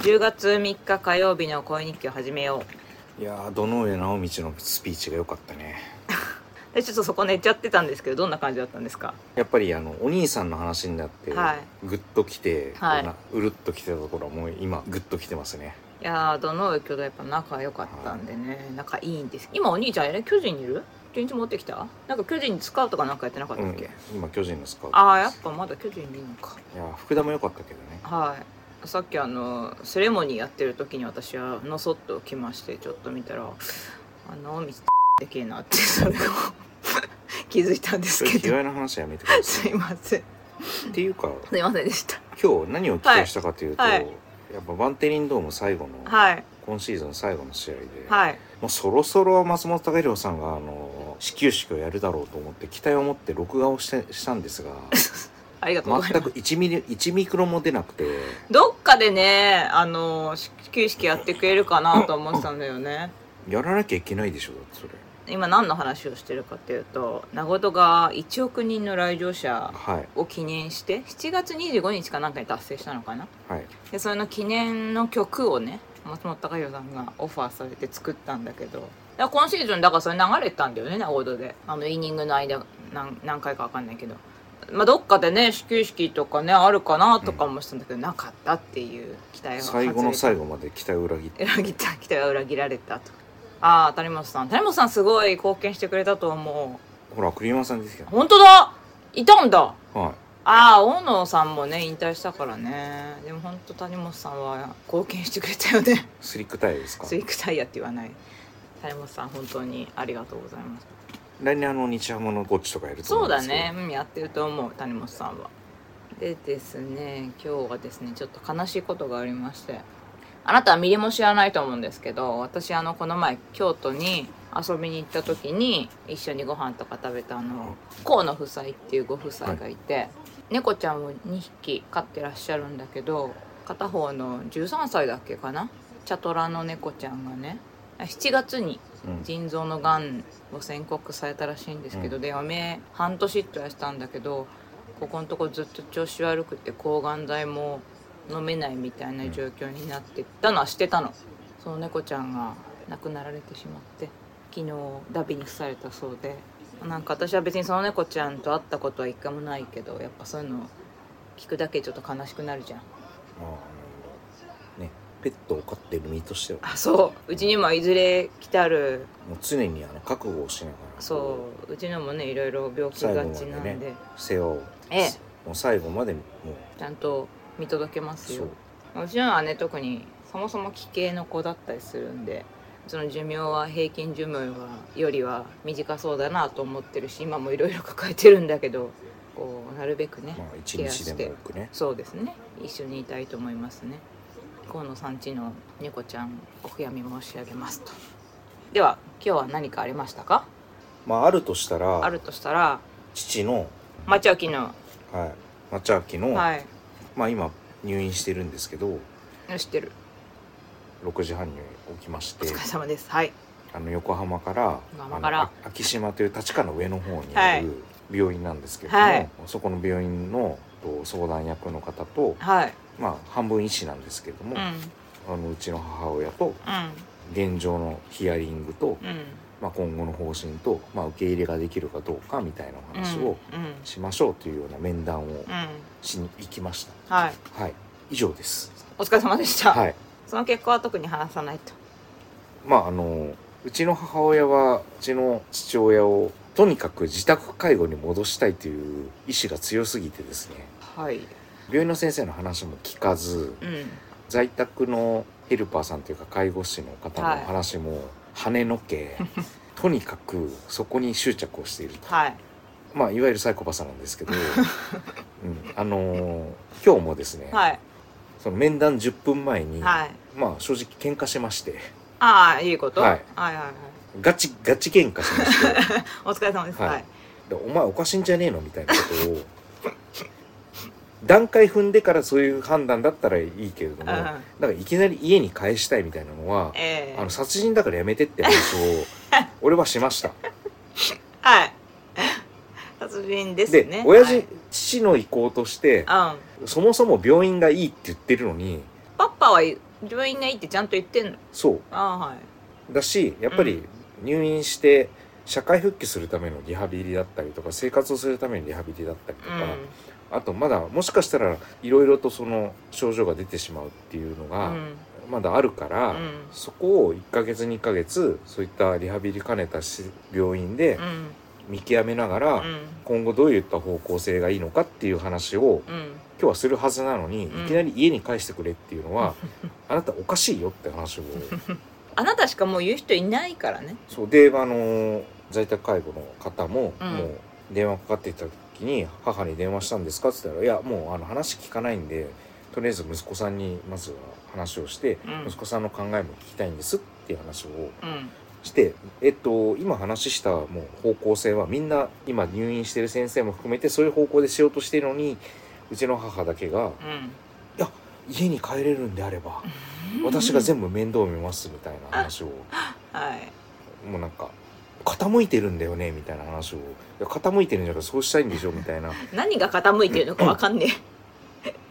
10月3日火曜日の恋日記を始めよういやー堂上直道のスピーチが良かったねでちょっとそこ寝ちゃってたんですけどどんな感じだったんですかやっぱりあのお兄さんの話になって、はいグッときて、はいこうなうるっときてたところはもう今グッときてますねいやーどの上兄弟やっぱ仲良かったんでね、仲いいんです今お兄ちゃんえ巨人にいる現地持ってきたなんか巨人に使うとかなんかやってなかったっけ、うん、今巨人のスカウトああやっぱまだ巨人にいるのかいやー福田も良かったけどねはいさっきあのセレモニーやってる時に私はのそっと来ましてちょっと見たらあのみつでけえなってそれを 気づいたんですそれけ嫌どいな話はやめてくださすいませんいっていうかすいませんでした今日何を期待したかというと、はいはいやっぱバンテリンドーム最後の、はい今シーズン最後の試合で、はいもうそろそろ松本隆弘さんがあの始球式をやるだろうと思って期待を持って録画をしてしたんですがありがとうございま全すく1ミリ1ミクロも出なくてどっかでねあの始球式やってくれるかなと思ってたんだよねやらなきゃいけないでしょだってそれ今何の話をしてるかっていうと名古屋が1億人の来場者はいを記念して7月25日かなんかに達成したのかなはいでそれの記念の曲をね松本隆弘さんがオファーされて作ったんだけどだから今シーズンだからそれ流れてたんだよねナゴードであのイニングの間何何回か分かんないけど、まあ、どっかでね始球式とかねあるかなとかもしたんだけど、なかったっていう期待を最後の最後まで期待を裏切って裏切った期待は裏切られたとああ谷本さん谷本さんすごい貢献してくれたと思ほら栗山さんですけうど本当だいたんだはああ大野さんもね引退したからねでも本当谷本さんは貢献してくれたよねいスリックタイヤですかスイクタイヤって言わない谷本さん本当にありがとうございます来年あの日ハムのゴッチとかやるとそう思うんでだすけどね、うん、やってると思う谷本さんはでですね今日はですねちょっと悲しいことがありましてあなたはミリも知らないと思うんですけど私あのこの前京都に遊びに行った時に一緒にご飯とか食べたあの河野夫妻っていうご夫妻がいて、猫ちゃんを2匹飼ってらっしゃるんだけど片方の13歳だっけかなチャトラの猫ちゃんがね7月にうん腎臓のがんを宣告されたらしいんですけど、で余命半年って言われてたんだけどここのとこずっと調子悪くて抗がん剤も飲めないみたいな状況になってたのはしてたのその猫ちゃんが亡くなられてしまって昨日ダビに付されたそうでなんか私は別にその猫ちゃんと会ったことは一回もないけどやっぱそういうの聞くだけちょっと悲しくなるじゃんまああのねペットを飼ってる身としてはあそううちにもいずれ来たるもう常にあの覚悟をしながらそううちのもねいろいろ病気がちなん最後まででね世話をええもう最後までもうちゃんと見届けますそよううちのはね特にそもそも奇形の子だったりするんでその寿命は平均寿命はよりは短そうだなと思ってるし今もいろいろ抱えてるんだけどこうなるべくね、まあ一ケア日しでても多くねそうですね一緒にいたいと思いますね河野さんちの猫ちゃんお悔やみ申し上げますとでは今日は何かありましたかまああるとしたらあるとしたら父の町秋のはい町明の、はいまあ今入院してるんですけど知ってる6時半に起きましおて疲れ様ですはいあの横浜から横浜からあのあ秋島という立川の上の方にはあいる病院なんですけれども、はいそこの病院のと相談役の方と、はいまあ、半分医師なんですけれどうも、んうあのうちの母親と現状のヒアリングんと、うんまあ、今後の方針と、まあ、受け入れができるかどうかみたいなお話をうんうんしましょうというような面談をうんしに行きました。はいはい、以上です。お疲れ様でした、はい、その結果は特に話さないとまああのうちの母親はうちの父親をとにかく自宅介護に戻したいという意志が強すぎてですねはい病院の先生の話も聞かずうん在宅のヘルパーさんというか介護士の方の話も跳ね のけ、とにかくそこに執着をしていると、はいまあ、いわゆるサイコパスなん ですけど、うん、あの今日もですね、はいその面談10分前に、はいまあ正直喧嘩しましてああいいこと、はいはいはいはいガチガチ喧嘩しまして。お疲れ様ですははいい、でお前おかしいんじゃねえのみたいなことを段階踏んでからそういう判断だったらいいけれども、うんだからいきなり家に返したいみたいなのは、ええあの殺人だからやめてって話 を俺はしました。はい 殺人ですで、ね親父、父の意向としてはいうんそもそも病院がいいって言ってるのにパパは自分いないってちゃんと言ってんのそうああはいだしやっぱうり入院して社会復帰するためのリハビリだったりとか生活をするためのリハビリだったりとうか、んあとまだもしかしたらいろいろとその症状が出てしまうっていうのうがんまだあるから、うんそこを1ヶ月2ヶ月そういったリハビリ兼ねたし病院でうん見極めながら、うん今後どういった方向性がいいのかっていう話をうん今日はするはずなのに、うんいきなり家に返してくれっていう のはあなたおかしいよって話をあなたしかもう言う人いないからねそうであの在宅介護の方も、うんもう電話かかってきた時に「母に電話したんですか?」って言ったら「いやもうあの話聞かないんでとりあえず息子さんにまずは話をして、うん息子さんの考えも聞きたいんです」っていう話をうんして、えっと、今話したもう方向性はみんな今入院してる先生も含めてそういう方向でしようとしてるのにうちの母だけがうん「家に帰れるんであれば私が全部面倒見ます」みたいな話を。はいもうなんか傾いてるんだよねみたいな話をいや傾いてるんじゃなくてそうしたいんでしょみた いな何が傾いてるのかわかんね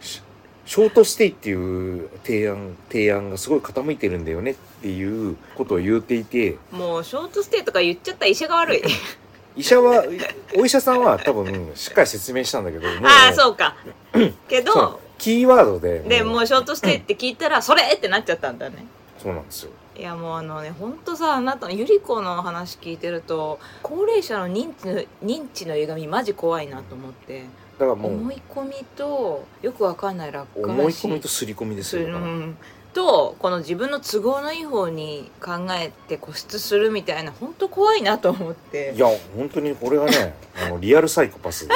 ショートステイっていう提案提案がすごい傾いてるんだよねっていうことを言っていてえもうショートステイとか言っちゃった医者が悪い医者はお医者さんは多分しっかり説明したんだけどもああうそうかけそうどキーワードででもううショートステイって聞いたら「それ!」ってなっちゃったんだねそうなんですよいやもうあのねほんとさあなたのゆり子の話聞いてると高齢者の認知の認知の歪みマジ怖いなと思って、だからもう思い込みとよくわかんない楽観思い込みと刷り込みですよだうからんとこの自分の都合のいい方に考えて固執するみたいなほんと怖いなと思っていや本当にこれ がねあのリアルサイコパスで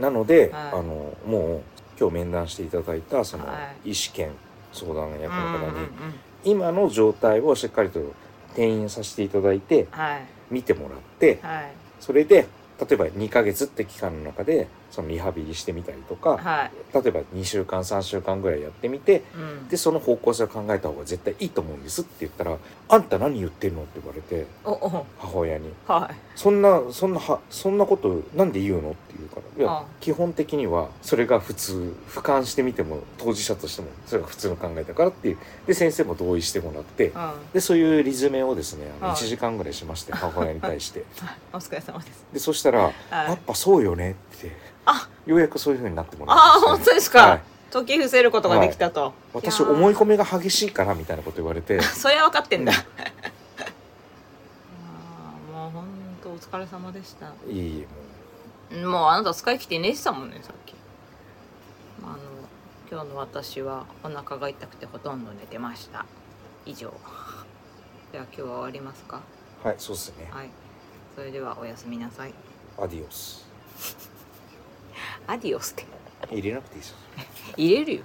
なのはで、いあのもう今日面談していただいたその、は医師兼相談役のうんうん方うに、ん今の状態をしっかりと転院させていただいてはい見てもらってはいそれで例えば2ヶ月って期間の中でそのリハビリしてみたりとか、はい例えば2週間3週間ぐらいやってみてうんでその方向性を考えた方が絶対いいと思うんですって言ったら「あんた何言ってんの?」って言われておお母親に。はそんなそんなはそんなことなんで言うのって言うからいやああ基本的にはそれが普通俯瞰してみても当事者としてもそれが普通の考えだからっていうで先生も同意してもらってい、うん、でそういうリズメをですねああのあ1時間ぐらいしまして母親に対 してお疲れ様ですでそしたら「はやっいぱそうよね」ってあようやくそういうふうになってもらいああ本ました当ですか、はい解き伏せることができたと、私いやー思い込みが激しいからみたいなこと言われてそりゃ分かってんだ、うんあーもう本当お疲れ様でしたいいもうもうあなた使い切って寝てたもんねさっきあの今日の私はお腹が痛くてほとんど寝てました以上 では今日は終わりますかはいそうですねはいそれではおやすみなさいアディオスアディオスって入れなくていいですよ入れるよ